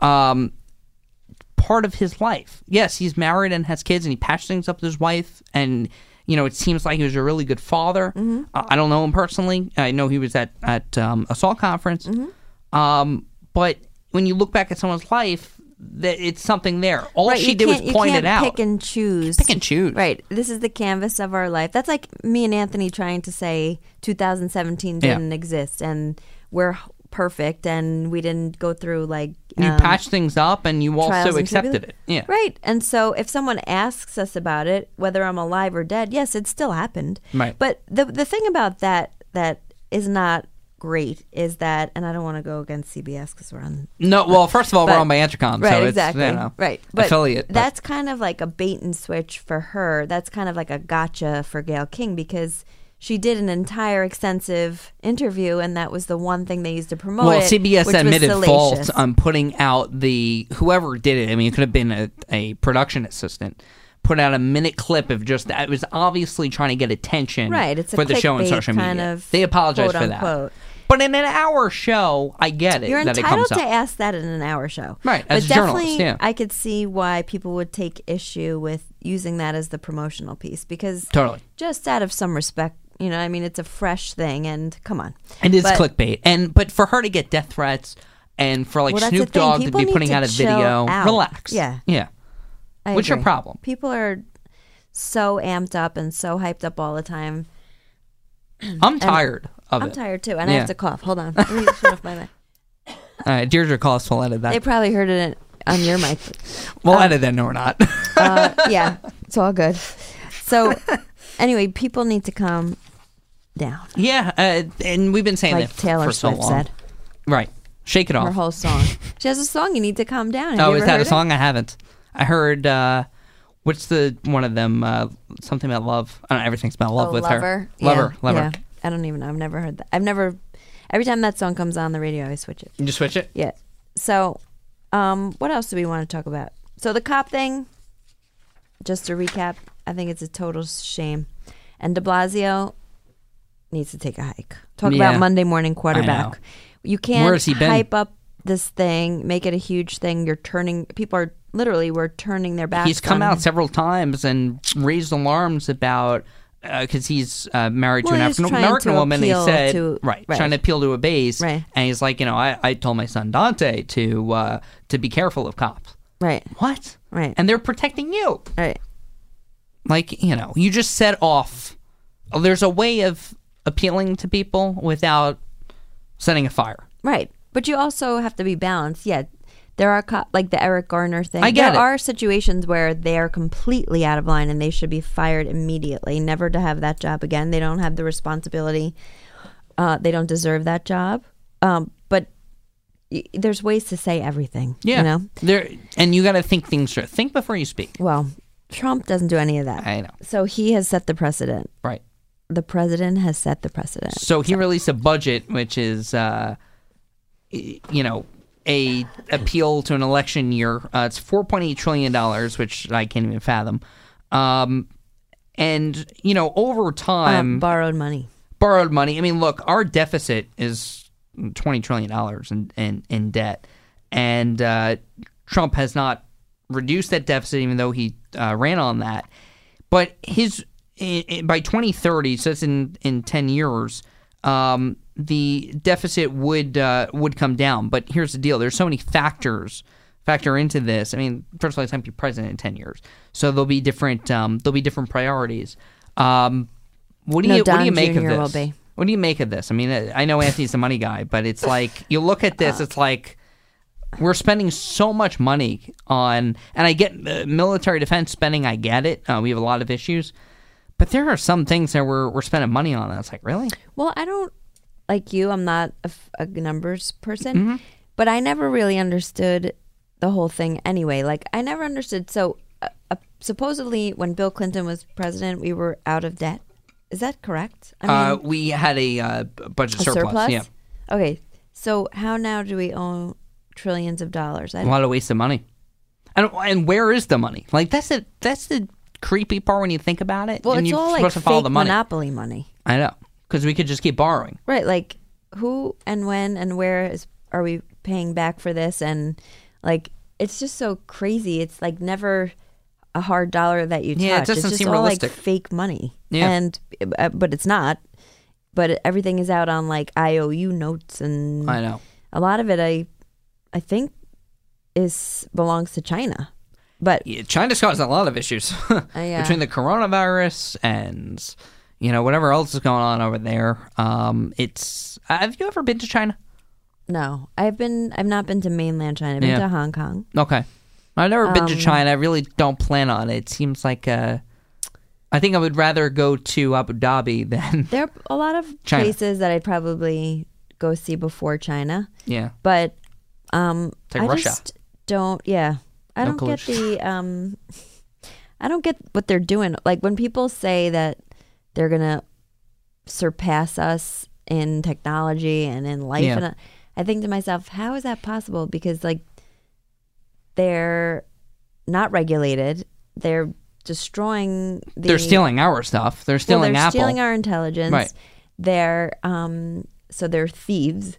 Speaker 7: Um, part of his life. Yes, he's married and has kids, and he patched things up with his wife. And you know, it seems like he was a really good father.
Speaker 2: Mm-hmm.
Speaker 7: Uh, I don't know him personally. I know he was at at um, a Saul conference.
Speaker 2: Mm-hmm.
Speaker 7: Um, but when you look back at someone's life, that it's something there. All
Speaker 2: right,
Speaker 7: she
Speaker 2: you
Speaker 7: did was
Speaker 2: can't- you
Speaker 7: point it
Speaker 2: can't
Speaker 7: out.
Speaker 2: Pick and choose.
Speaker 7: Pick and choose.
Speaker 2: Right. This is the canvas of our life. That's like me and Anthony trying to say 2017
Speaker 7: Yeah.
Speaker 2: didn't exist, and we're h- perfect and we didn't go through like
Speaker 7: You
Speaker 2: um,
Speaker 7: patched things up and you
Speaker 2: trials and
Speaker 7: also
Speaker 2: tribula-
Speaker 7: accepted it. Yeah.
Speaker 2: Right. And so if someone asks us about it, whether I'm alive or dead, yes, it still happened.
Speaker 7: Right.
Speaker 2: But the the thing about that that is not great is that and I don't want to go against CBS because we're on
Speaker 7: No, well, first of all,
Speaker 2: But-
Speaker 7: we're on my intercom,
Speaker 2: right,
Speaker 7: so it's
Speaker 2: exactly.
Speaker 7: you know,
Speaker 2: right.
Speaker 7: affiliate. but-
Speaker 2: That's kind of like a bait and switch for her. That's kind of like a gotcha for Gail King because she did an entire extensive interview, and that was the one thing they used to promote.
Speaker 7: well,
Speaker 2: it,
Speaker 7: CBS
Speaker 2: which was
Speaker 7: admitted fault
Speaker 2: salacious.
Speaker 7: on putting out the whoever did it. I mean, it could have been a, a production assistant. Put out a minute clip of just that. It was obviously trying to get attention,
Speaker 2: Right, it's a
Speaker 7: for the show on
Speaker 2: clickbait
Speaker 7: social media.
Speaker 2: kind of
Speaker 7: they apologize for that,
Speaker 2: quote-unquote.
Speaker 7: but in an hour show, I get it
Speaker 2: You're
Speaker 7: that it
Speaker 2: entitled
Speaker 7: comes
Speaker 2: to
Speaker 7: up.
Speaker 2: ask that in an hour show,
Speaker 7: Right,
Speaker 2: But
Speaker 7: as a journalist,
Speaker 2: definitely,
Speaker 7: yeah.
Speaker 2: I could see why people would take issue with using that as the promotional piece because
Speaker 7: Totally.
Speaker 2: just out of some respect, you know, I mean, it's a fresh thing, and come on,
Speaker 7: It is
Speaker 2: But-
Speaker 7: clickbait, and but for her to get death threats and for like
Speaker 2: Well, that's the
Speaker 7: Snoop
Speaker 2: thing.
Speaker 7: Dogg to
Speaker 2: People
Speaker 7: be
Speaker 2: need
Speaker 7: putting
Speaker 2: to
Speaker 7: out a
Speaker 2: chill
Speaker 7: video,
Speaker 2: out.
Speaker 7: relax.
Speaker 2: Yeah.
Speaker 7: yeah.
Speaker 2: I
Speaker 7: What's your
Speaker 2: agree.
Speaker 7: problem?
Speaker 2: People are so amped up and so hyped up all the time.
Speaker 7: I'm tired of
Speaker 2: I'm
Speaker 7: it.
Speaker 2: tired too, and I
Speaker 7: Yeah.
Speaker 2: have to cough. Hold on, Let me shut off my mic.
Speaker 7: All right, Uh, Deirdre Cost will edit
Speaker 2: They
Speaker 7: that.
Speaker 2: probably heard it on your mic.
Speaker 7: We'll edit that. No, we're not.
Speaker 2: Uh, yeah, it's all good. So, anyway, people need to calm down,
Speaker 7: yeah, uh, and we've been saying
Speaker 2: like
Speaker 7: that
Speaker 2: Taylor
Speaker 7: for so
Speaker 2: Swift
Speaker 7: long.
Speaker 2: said.
Speaker 7: Right, shake it
Speaker 2: Her
Speaker 7: off.
Speaker 2: whole song. She has a song. You need to calm down. Have
Speaker 7: Oh,
Speaker 2: you
Speaker 7: is
Speaker 2: ever
Speaker 7: that
Speaker 2: heard
Speaker 7: a
Speaker 2: it?
Speaker 7: song? I haven't. I heard. uh What's the one of them? Uh, something about love. I don't know, everything's about love
Speaker 2: Oh,
Speaker 7: with
Speaker 2: lover.
Speaker 7: her. Lover,
Speaker 2: yeah,
Speaker 7: lover.
Speaker 2: yeah. I don't even know. I've never heard that. I've never. Every time that song comes on the radio, I switch it.
Speaker 7: You just switch it.
Speaker 2: Yeah. So, um, what else do we want to talk about? So the cop thing. Just to recap, I think it's a total shame, and De Blasio needs to take a hike. Talk
Speaker 7: Yeah.
Speaker 2: about Monday morning
Speaker 7: know.
Speaker 2: quarterback. You can't
Speaker 7: Where has he been?
Speaker 2: hype up this thing, make it a huge thing. You're turning people are literally we're turning their backs.
Speaker 7: he's
Speaker 2: on
Speaker 7: come out
Speaker 2: him.
Speaker 7: several times and raised alarms about because he's uh, married
Speaker 2: Well,
Speaker 7: to an
Speaker 2: he's
Speaker 7: African
Speaker 2: trying
Speaker 7: American
Speaker 2: to
Speaker 7: woman. He
Speaker 2: appeal
Speaker 7: said,
Speaker 2: to-
Speaker 7: right,
Speaker 2: right.
Speaker 7: trying to appeal to a base,
Speaker 2: Right.
Speaker 7: and he's like, you know, I, I told my son Dante to uh, to be careful of cops.
Speaker 2: right,
Speaker 7: What?
Speaker 2: Right.
Speaker 7: And they're protecting you.
Speaker 2: right.
Speaker 7: Like you know, you just set off. There's a way of appealing to people without setting a fire.
Speaker 2: Right. But you also have to be balanced. Yeah. There are co- like the Eric Garner thing.
Speaker 7: I get
Speaker 2: there
Speaker 7: it.
Speaker 2: are situations where they are completely out of line and they should be fired immediately, never to have that job again. They don't have the responsibility. Uh, they don't deserve that job. Um, but y- there's ways to say everything.
Speaker 7: Yeah.
Speaker 2: You know.
Speaker 7: There and you got to think things through. Think before you speak.
Speaker 2: Well, Trump doesn't do any of that.
Speaker 7: I know.
Speaker 2: So he has set the precedent.
Speaker 7: Right.
Speaker 2: The president has set the precedent.
Speaker 7: So he released a budget, which is, uh, y- you know, a appeal to an election year. Uh, it's four point eight trillion dollars, which I can't even fathom. Um, and you know, over time,
Speaker 2: Um, borrowed money.
Speaker 7: borrowed money. I mean, look, our deficit is twenty trillion dollars in, in in debt, and uh, Trump has not reduced that deficit, even though he uh, ran on that. But his i i by twenty thirty, so that's in in ten years. Um, the deficit would uh, would come down, but here's the deal: there's so many factors factor into this. I mean, first of all, he's going to be president in ten years, so there'll be different um, there'll be different priorities. Um, what do
Speaker 2: No,
Speaker 7: you what do
Speaker 2: Don
Speaker 7: you make
Speaker 2: Jr. will
Speaker 7: of this?
Speaker 2: be.
Speaker 7: What do you make of this? I mean, I I know Anthony's the money guy, but it's like you look at this, it's like we're spending so much money on, and I get uh, military defense spending. I get it. Uh, we have a lot of issues, but there are some things that we're we're spending money on. And it's like really,
Speaker 2: Well, I don't like you. I'm not a, f- a numbers person,
Speaker 7: Mm-hmm.
Speaker 2: but I never really understood the whole thing anyway. Like I never understood. So uh, uh, supposedly, when Bill Clinton was president, we were out of debt. Is that correct? I
Speaker 7: uh, we had a uh, b- budget surplus. Yeah,
Speaker 2: Okay. So how now do we own trillions of dollars? I
Speaker 7: a lot of waste of money. And and where is the money? Like that's the that's the creepy part when you think about it.
Speaker 2: well,
Speaker 7: and
Speaker 2: it's
Speaker 7: you're
Speaker 2: all like
Speaker 7: supposed to follow
Speaker 2: fake
Speaker 7: the money.
Speaker 2: monopoly money,
Speaker 7: I know because we could just keep borrowing.
Speaker 2: right? Like who and when and where is are we paying back for this? And like it's just so crazy. It's like never a hard dollar that you touch.
Speaker 7: Yeah, it doesn't
Speaker 2: it's just
Speaker 7: seem
Speaker 2: all
Speaker 7: realistic.
Speaker 2: like fake money.
Speaker 7: Yeah.
Speaker 2: And uh, but it's not. But everything is out on like IOU notes and
Speaker 7: I know.
Speaker 2: a lot of it I I think is belongs to China. But
Speaker 7: Yeah, China's caused a lot of issues
Speaker 2: Uh, yeah.
Speaker 7: between the coronavirus and uh, you know whatever else is going on over there. Um, it's have you ever been to China?
Speaker 2: No, I've been. I've not been to mainland China. I've been
Speaker 7: Yeah.
Speaker 2: to Hong Kong.
Speaker 7: Okay. I've never been to
Speaker 2: Um,
Speaker 7: China. I really don't plan on it. It seems like uh, I think I would rather go to Abu Dhabi than
Speaker 2: There are a lot of
Speaker 7: China.
Speaker 2: places that I'd probably go see before China,
Speaker 7: yeah.
Speaker 2: but um,
Speaker 7: Like
Speaker 2: I
Speaker 7: Russia.
Speaker 2: just don't. Yeah, I
Speaker 7: No
Speaker 2: don't get
Speaker 7: collusion.
Speaker 2: the. Um, I don't get what they're doing. Like when people say that they're gonna surpass us in technology and in life,
Speaker 7: Yeah.
Speaker 2: and I- I think to myself, how is that possible? Because like they're not regulated. They're destroying. The,
Speaker 7: they're stealing our stuff. They're
Speaker 2: well,
Speaker 7: stealing
Speaker 2: they're
Speaker 7: Apple.
Speaker 2: stealing our intelligence.
Speaker 7: Right.
Speaker 2: They're um, so they're thieves.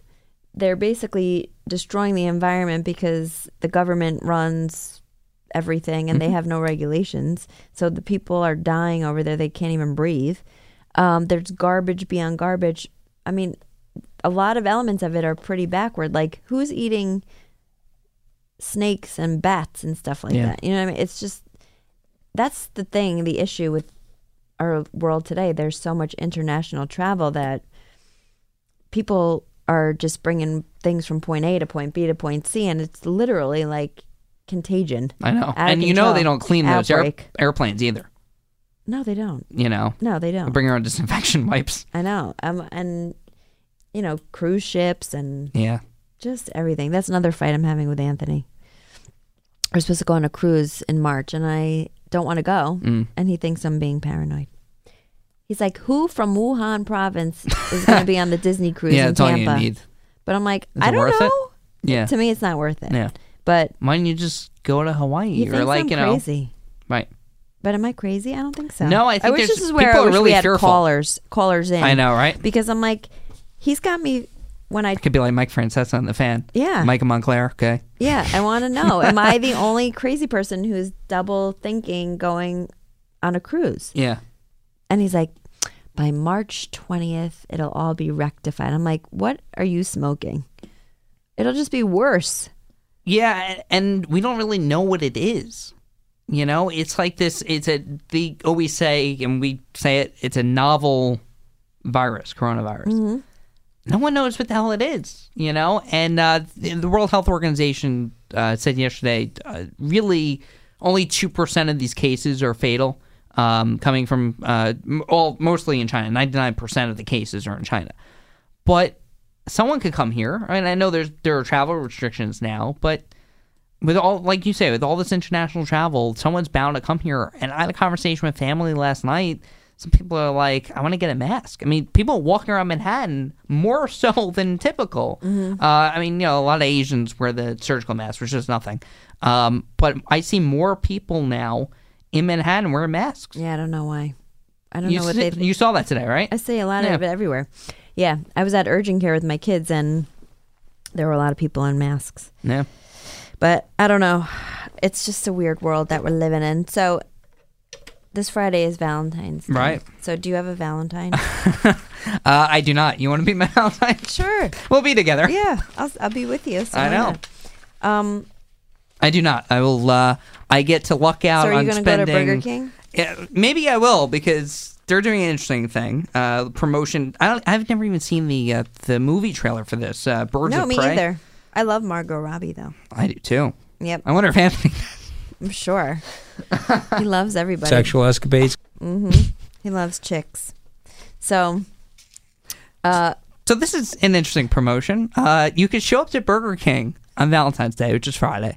Speaker 2: They're basically destroying the environment because the government runs everything
Speaker 7: Mm-hmm.
Speaker 2: and they have no regulations. So the people are dying over there. They can't even breathe. Um, there's garbage beyond garbage. I mean, a lot of elements of it are pretty backward. Like who's eating snakes and bats and stuff like
Speaker 7: Yeah.
Speaker 2: that? You know what I mean? It's just that's the thing, the issue with our world today. There's so much international travel that people are just bringing things from point A to point B to point C, and it's literally like contagion.
Speaker 7: I know.
Speaker 2: Out of
Speaker 7: And you know
Speaker 2: control.
Speaker 7: they don't clean those air-
Speaker 2: Outbreak.
Speaker 7: airplanes either.
Speaker 2: No, they don't.
Speaker 7: You know,
Speaker 2: No, they don't.
Speaker 7: bring your own disinfection wipes.
Speaker 2: I know. Um, and you know, cruise ships and
Speaker 7: Yeah.
Speaker 2: just everything. That's another fight I'm having with Anthony. We're supposed to go on a cruise in March, and I don't want to go.
Speaker 7: Mm.
Speaker 2: And he thinks I'm being paranoid. He's like, "Who from Wuhan province is going to be on the Disney cruise
Speaker 7: yeah,
Speaker 2: in
Speaker 7: that's all
Speaker 2: Tampa?"
Speaker 7: you need.
Speaker 2: But I'm like,
Speaker 7: Is
Speaker 2: I
Speaker 7: it
Speaker 2: don't
Speaker 7: worth it?
Speaker 2: know.
Speaker 7: Yeah.
Speaker 2: To me, it's not worth it.
Speaker 7: Yeah.
Speaker 2: But
Speaker 7: Why don't you just go to Hawaii
Speaker 2: he
Speaker 7: or
Speaker 2: thinks
Speaker 7: like
Speaker 2: I'm
Speaker 7: you know?
Speaker 2: crazy.
Speaker 7: Right.
Speaker 2: But am I crazy? I don't think so.
Speaker 7: No, I think
Speaker 2: wish
Speaker 7: there's-
Speaker 2: this is where
Speaker 7: people
Speaker 2: I
Speaker 7: are
Speaker 2: wish
Speaker 7: really
Speaker 2: we had
Speaker 7: fearful.
Speaker 2: callers, callers in.
Speaker 7: I know, right?
Speaker 2: because I'm like, he's got me when I
Speaker 7: I could be like Mike Francesa on the fan.
Speaker 2: Yeah.
Speaker 7: Mike Montclair. Okay.
Speaker 2: yeah. I want to know: Am I the only crazy person who's double thinking going on a cruise?
Speaker 7: Yeah.
Speaker 2: And he's like, by March twentieth, it'll all be rectified. I'm like, what are you smoking? It'll just be worse.
Speaker 7: Yeah, and we don't really know what it is. You know, it's like this. It's a they always say, and we say it. It's a novel virus, coronavirus. No one knows what the hell it is. You know, and uh, the the World Health Organization uh, said yesterday, uh, really, only two percent of these cases are fatal, um, coming from uh, m- all mostly in China. Ninety nine percent of the cases are in China but someone could come here. I mean, I know there's there are travel restrictions now, but with all like you say, with all this international travel, someone's bound to come here. And I had a conversation with family last night. Some people are like, I want to get a mask. I mean, people walking around Manhattan more so than typical.
Speaker 2: Mm-hmm.
Speaker 7: Uh, I mean, you know, a lot of Asians wear the surgical mask, which is nothing. Um, but I see more people now in Manhattan wearing masks.
Speaker 2: Yeah, I don't know why. I don't
Speaker 7: you,
Speaker 2: know what
Speaker 7: see-
Speaker 2: they.
Speaker 7: you saw that today, right?
Speaker 2: I see a lot
Speaker 7: Yeah.
Speaker 2: of it everywhere. Yeah, I was at urgent care with my kids, and there were a lot of people in masks.
Speaker 7: Yeah.
Speaker 2: But I don't know. It's just a weird world that we're living in. So this Friday is Valentine's, Day.
Speaker 7: Right.
Speaker 2: So do you have a Valentine?
Speaker 7: Uh, I do not. You want to be my outside?
Speaker 2: sure.
Speaker 7: We'll be together.
Speaker 2: Yeah, I'll I'll be with you. So
Speaker 7: I
Speaker 2: why
Speaker 7: know.
Speaker 2: not? Um,
Speaker 7: I do not. I will. Uh, I get to luck out
Speaker 2: so are
Speaker 7: on
Speaker 2: you going to go to
Speaker 7: spending.
Speaker 2: Burger King?
Speaker 7: Yeah, maybe I will because they're doing an interesting thing. Uh, promotion. I don't, I've never even seen the uh, the movie trailer for this. Uh, Birds
Speaker 2: no,
Speaker 7: of
Speaker 2: me
Speaker 7: Prey.
Speaker 2: either. I love Margot Robbie though.
Speaker 7: I do too.
Speaker 2: Yep,
Speaker 7: I wonder if Anthony.
Speaker 2: I'm sure. he loves everybody.
Speaker 3: Sexual escapades.
Speaker 2: He loves chicks. So, uh,
Speaker 7: So this is an interesting promotion. Uh, you can show up to Burger King on Valentine's Day, which is Friday.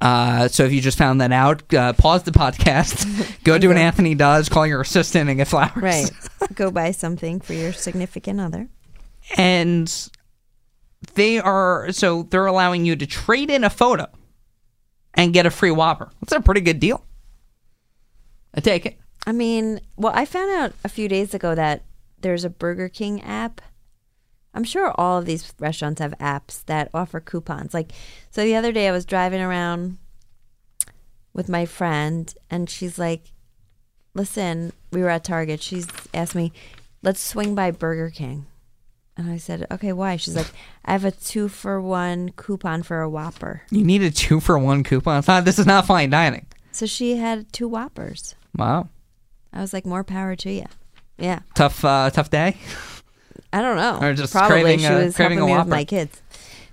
Speaker 7: Uh, so if you just found that out, uh, pause the podcast, go do what Anthony does, call your assistant, and get flowers.
Speaker 2: Right. Go buy something for your significant other.
Speaker 7: and they are so they're allowing you to trade in a photo and get a free whopper that's a pretty good deal i take it
Speaker 2: I mean, well, I found out a few days ago that there's a Burger King app. I'm sure all of these restaurants have apps that offer coupons. Like, so the other day I was driving around with my friend, and she's like, Listen, we were at Target. She's asked me, Let's swing by Burger King. And I said, Okay, why? She's like, I have a two for one coupon for a Whopper.
Speaker 7: you need a two for one coupon it's not this is not fine dining
Speaker 2: So she had two Whoppers.
Speaker 7: wow
Speaker 2: I was like, more power to you. Yeah,
Speaker 7: tough uh, tough day
Speaker 2: I don't know.
Speaker 7: Or just
Speaker 2: probably
Speaker 7: craving
Speaker 2: she
Speaker 7: a-
Speaker 2: was
Speaker 7: craving
Speaker 2: helping me
Speaker 7: a
Speaker 2: with
Speaker 7: Whopper.
Speaker 2: my kids.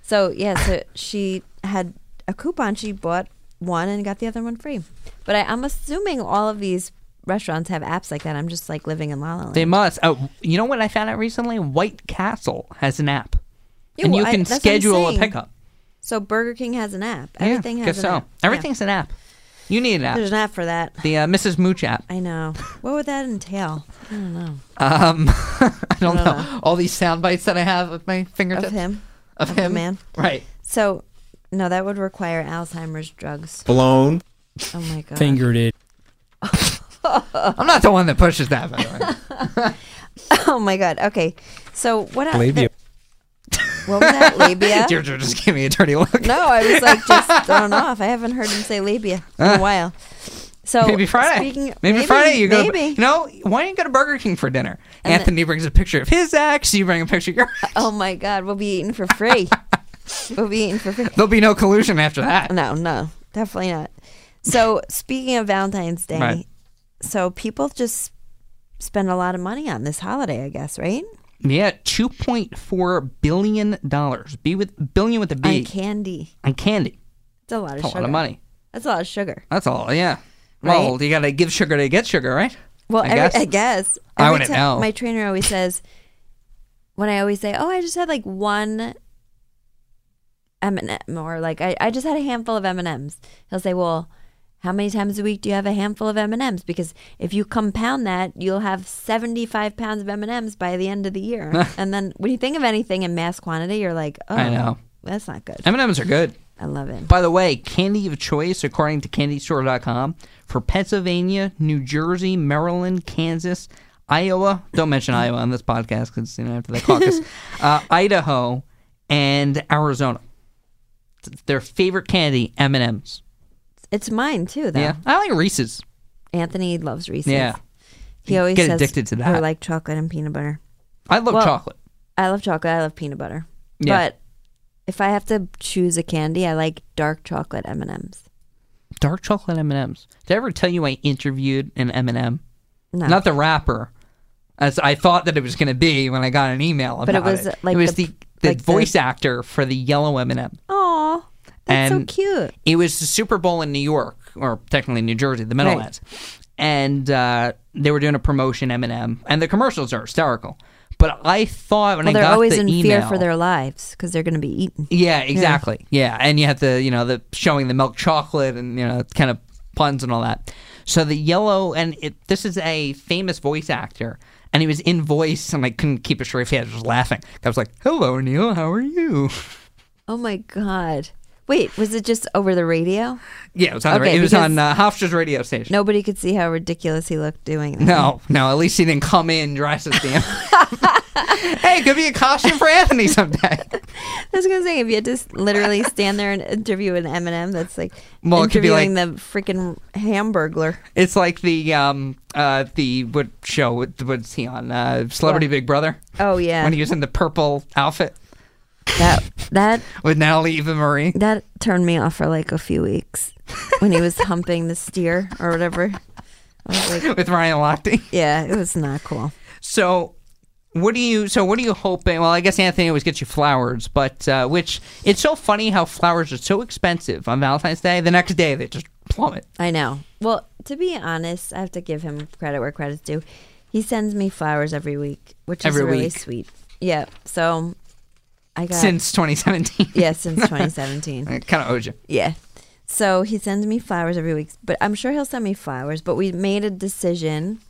Speaker 2: So yeah, so she had a coupon. She bought one and got the other one free. But I, I'm assuming all of these restaurants have apps like that. I'm just like living in La La Land.
Speaker 7: They must. Oh, you know what I found out recently? White Castle has an app, and
Speaker 2: Yeah,
Speaker 7: you
Speaker 2: well, I-
Speaker 7: can
Speaker 2: that's what I'm
Speaker 7: schedule a
Speaker 2: saying.
Speaker 7: pickup.
Speaker 2: So Burger King has an app. Everything
Speaker 7: yeah,
Speaker 2: has
Speaker 7: guess
Speaker 2: an
Speaker 7: so.
Speaker 2: app. Yeah.
Speaker 7: Everything's an app. You need an app.
Speaker 2: There's an app for that.
Speaker 7: the uh, Mrs. Mooch app.
Speaker 2: I know. What would that entail? I don't know.
Speaker 7: Um, I don't
Speaker 2: I don't
Speaker 7: know. All these sound bites that I have at my fingertips
Speaker 2: Of him.
Speaker 7: Of
Speaker 2: of the
Speaker 7: him.
Speaker 2: man.
Speaker 7: Right.
Speaker 2: So no, that would require Alzheimer's drugs.
Speaker 5: Blown.
Speaker 2: Oh my god.
Speaker 3: Fingered it.
Speaker 7: I'm not the one that pushes that, by the way.
Speaker 2: Oh my god. Okay. So what? I-
Speaker 5: Labia.
Speaker 2: What was that? Labia.
Speaker 7: Deirdre just gave me a dirty look.
Speaker 2: No, I was like just thrown off. I haven't heard him say labia in a while. So
Speaker 7: Maybe Friday.
Speaker 2: speaking-
Speaker 7: maybe, Friday you go. to-
Speaker 2: Maybe.
Speaker 7: you know, why don't you go to Burger King for dinner? Anthony brings a picture of his ex. You bring a picture of your.
Speaker 2: Oh my God, we'll be eating for free. we'll be eating for free.
Speaker 7: There'll be no collusion after that.
Speaker 2: No, no, definitely not. So speaking of Valentine's Day,
Speaker 7: Right.
Speaker 2: so people just spend a lot of money on this holiday, I guess, right?
Speaker 7: Yeah, two point four billion dollars. Be with billion with a B.
Speaker 2: On candy.
Speaker 7: And candy.
Speaker 2: It's a lot of
Speaker 7: That's a
Speaker 2: sugar.
Speaker 7: lot of money.
Speaker 2: That's a lot of sugar.
Speaker 7: That's all. Yeah. Well,
Speaker 2: Right?
Speaker 7: you gotta give sugar to get sugar, right?
Speaker 2: Well,
Speaker 7: I
Speaker 2: every-
Speaker 7: guess.
Speaker 2: I guess.
Speaker 7: I
Speaker 2: Every
Speaker 7: wouldn't
Speaker 2: ti-
Speaker 7: know.
Speaker 2: My trainer always says, when I always say, "Oh, I just had like one M and M," or like I, I just had a handful of M and M's, he'll say, "Well, how many times a week do you have a handful of M and M's? Because if you compound that, you'll have seventy-five pounds of M and M's by the end of the year. and then when you think of anything in mass quantity, you're like, oh,
Speaker 7: I know.
Speaker 2: that's not good.
Speaker 7: M and M's are good.
Speaker 2: I love it.
Speaker 7: By the way, candy of choice, according to candystore.com, for Pennsylvania, New Jersey, Maryland, Kansas, Iowa. Don't mention Iowa on this podcast because you know after the caucus. uh, Idaho and Arizona. Their favorite candy, M and M's.
Speaker 2: It's mine too, though.
Speaker 7: Yeah, I like Reese's.
Speaker 2: Anthony loves Reese's.
Speaker 7: Yeah,
Speaker 2: he always
Speaker 7: Get
Speaker 2: says,
Speaker 7: addicted to
Speaker 2: I
Speaker 7: that.
Speaker 2: like chocolate and peanut butter.
Speaker 7: I love
Speaker 2: Well,
Speaker 7: chocolate.
Speaker 2: I love chocolate. I love peanut butter.
Speaker 7: Yeah.
Speaker 2: But if I have to choose a candy, I like dark chocolate M and M's.
Speaker 7: Dark chocolate M and M's. Did I ever tell you I interviewed an M and M?
Speaker 2: No,
Speaker 7: Not the rapper, as I thought that it was going to be when I got an email about
Speaker 2: But it was,
Speaker 7: it.
Speaker 2: like,
Speaker 7: it was
Speaker 2: the-
Speaker 7: the, the
Speaker 2: like the-
Speaker 7: voice actor for the yellow M and M.
Speaker 2: Aw, that's
Speaker 7: And-
Speaker 2: so cute.
Speaker 7: It was the Super Bowl in New York, or technically New Jersey, the Meadowlands, and uh, they were doing a promotion M and M, and the commercials are hysterical. But I thought when
Speaker 2: Well,
Speaker 7: I
Speaker 2: they're
Speaker 7: got
Speaker 2: always
Speaker 7: the
Speaker 2: in
Speaker 7: email, E-
Speaker 2: fear for their lives because they're going to be eaten.
Speaker 7: yeah, exactly. Yeah. and you have the you know the showing the milk chocolate and you know kind of puns and all that. So the yellow and it, this is a famous voice actor, and he was in voice, and I couldn't keep a straight face. I was just laughing. I was like, "Hello, Neil. How are you?"
Speaker 2: Oh my god! Wait, was it just over the radio?
Speaker 7: Yeah, it was on the
Speaker 2: Okay,
Speaker 7: ra- it was
Speaker 2: because-
Speaker 7: on uh, Hofstra's radio station.
Speaker 2: Nobody could see how ridiculous he looked doing that.
Speaker 7: No, no. At least he didn't come in dressed as Dan. hey, it could be a costume for Anthony someday.
Speaker 2: I was gonna say if you had to s- literally stand there and interview an M and M, that's like
Speaker 7: Well, it could be
Speaker 2: interviewing the freaking Hamburglar.
Speaker 7: It's like the um uh the what show? What, what's he on? Uh, Celebrity
Speaker 2: What?
Speaker 7: Big Brother.
Speaker 2: Oh yeah,
Speaker 7: when he was in the purple outfit
Speaker 2: that that
Speaker 7: with Natalie Eva Marie.
Speaker 2: That turned me off for like a few weeks when he was humping the steer or whatever. I was like,
Speaker 7: With Ryan Lochte.
Speaker 2: yeah, it was not cool.
Speaker 7: So what do you so what are you hoping? Well, I guess Anthony always gets you flowers, but uh, which it's so funny how flowers are so expensive on Valentine's Day. The next day they just plummet.
Speaker 2: I know. Well, to be honest, I have to give him credit where credit's due. He sends me flowers every week, which
Speaker 7: Every
Speaker 2: is really
Speaker 7: week.
Speaker 2: sweet. Yeah. So I got
Speaker 7: Since 2017,
Speaker 2: yeah Mm-hmm. since 2017.
Speaker 7: it kind of owes you.
Speaker 2: Yeah. So he sends me flowers every week, but I'm sure he'll send me flowers. But we made a decision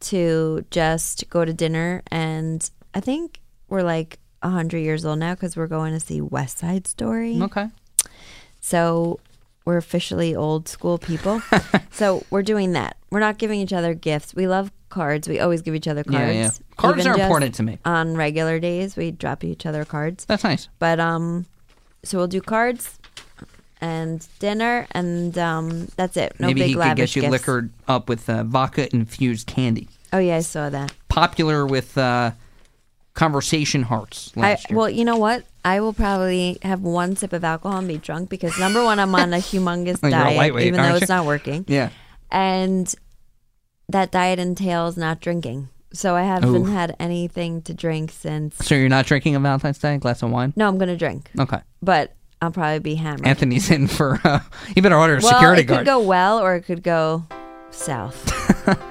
Speaker 2: to just go to dinner, and I think we're like hundred years old now because we're going to see West Side Story.
Speaker 7: Okay.
Speaker 2: So we're officially old school people. so we're doing that. We're not giving each other gifts. We love cards. We always give each other cards.
Speaker 7: Yeah, yeah. Cards
Speaker 2: Even
Speaker 7: are
Speaker 2: just
Speaker 7: important to me.
Speaker 2: On regular days, we drop each other cards.
Speaker 7: That's nice.
Speaker 2: But um, so we'll do cards and dinner, and um, that's it. No
Speaker 7: Maybe
Speaker 2: big
Speaker 7: he could
Speaker 2: lavish
Speaker 7: get you
Speaker 2: gifts.
Speaker 7: liquored up with uh, vodka infused candy.
Speaker 2: Oh yeah, I saw that.
Speaker 7: Popular with uh, conversation hearts
Speaker 2: I,
Speaker 7: last year.
Speaker 2: well, you know what? I will probably have one sip of alcohol and be drunk because number one, I'm on a humongous
Speaker 7: You're a
Speaker 2: diet,
Speaker 7: lightweight,
Speaker 2: even though
Speaker 7: aren't
Speaker 2: it's
Speaker 7: you?
Speaker 2: not working,
Speaker 7: yeah.
Speaker 2: and that diet entails not drinking. so I haven't
Speaker 7: Oof.
Speaker 2: had anything to drink since.
Speaker 7: So you're not drinking on Valentine's Day? Glass of wine?
Speaker 2: No, I'm gonna drink,
Speaker 7: Okay.
Speaker 2: but I'll probably be hammered.
Speaker 7: Anthony's in for. Uh, you better order a
Speaker 2: well,
Speaker 7: security
Speaker 2: it could
Speaker 7: guard.
Speaker 2: go well or it could go south.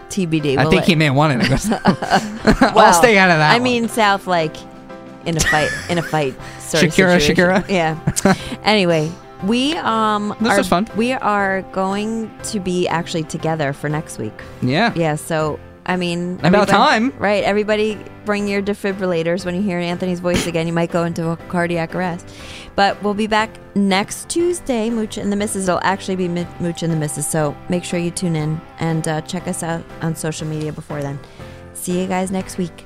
Speaker 2: TBD.
Speaker 7: I
Speaker 2: We'll
Speaker 7: think
Speaker 2: let-
Speaker 7: he may want it. I'll
Speaker 2: well,
Speaker 7: stay out of that.
Speaker 2: I
Speaker 7: one.
Speaker 2: mean, south like in a fight, in a fight. Sort of
Speaker 7: Shakira,
Speaker 2: situation.
Speaker 7: Shakira.
Speaker 2: Yeah. anyway, we um
Speaker 7: This
Speaker 2: are,
Speaker 7: was fun.
Speaker 2: We are going to be actually together for next week.
Speaker 7: yeah.
Speaker 2: Yeah. So I mean,
Speaker 7: About
Speaker 2: everybody-
Speaker 7: time.
Speaker 2: right? Everybody, bring your defibrillators when you hear Anthony's voice again. You might go into a cardiac arrest. But we'll be back next Tuesday. Mooch and the Misses. It'll actually be Mi- Mooch and the Misses. So make sure you tune in and uh, check us out on social media before then. See you guys next week.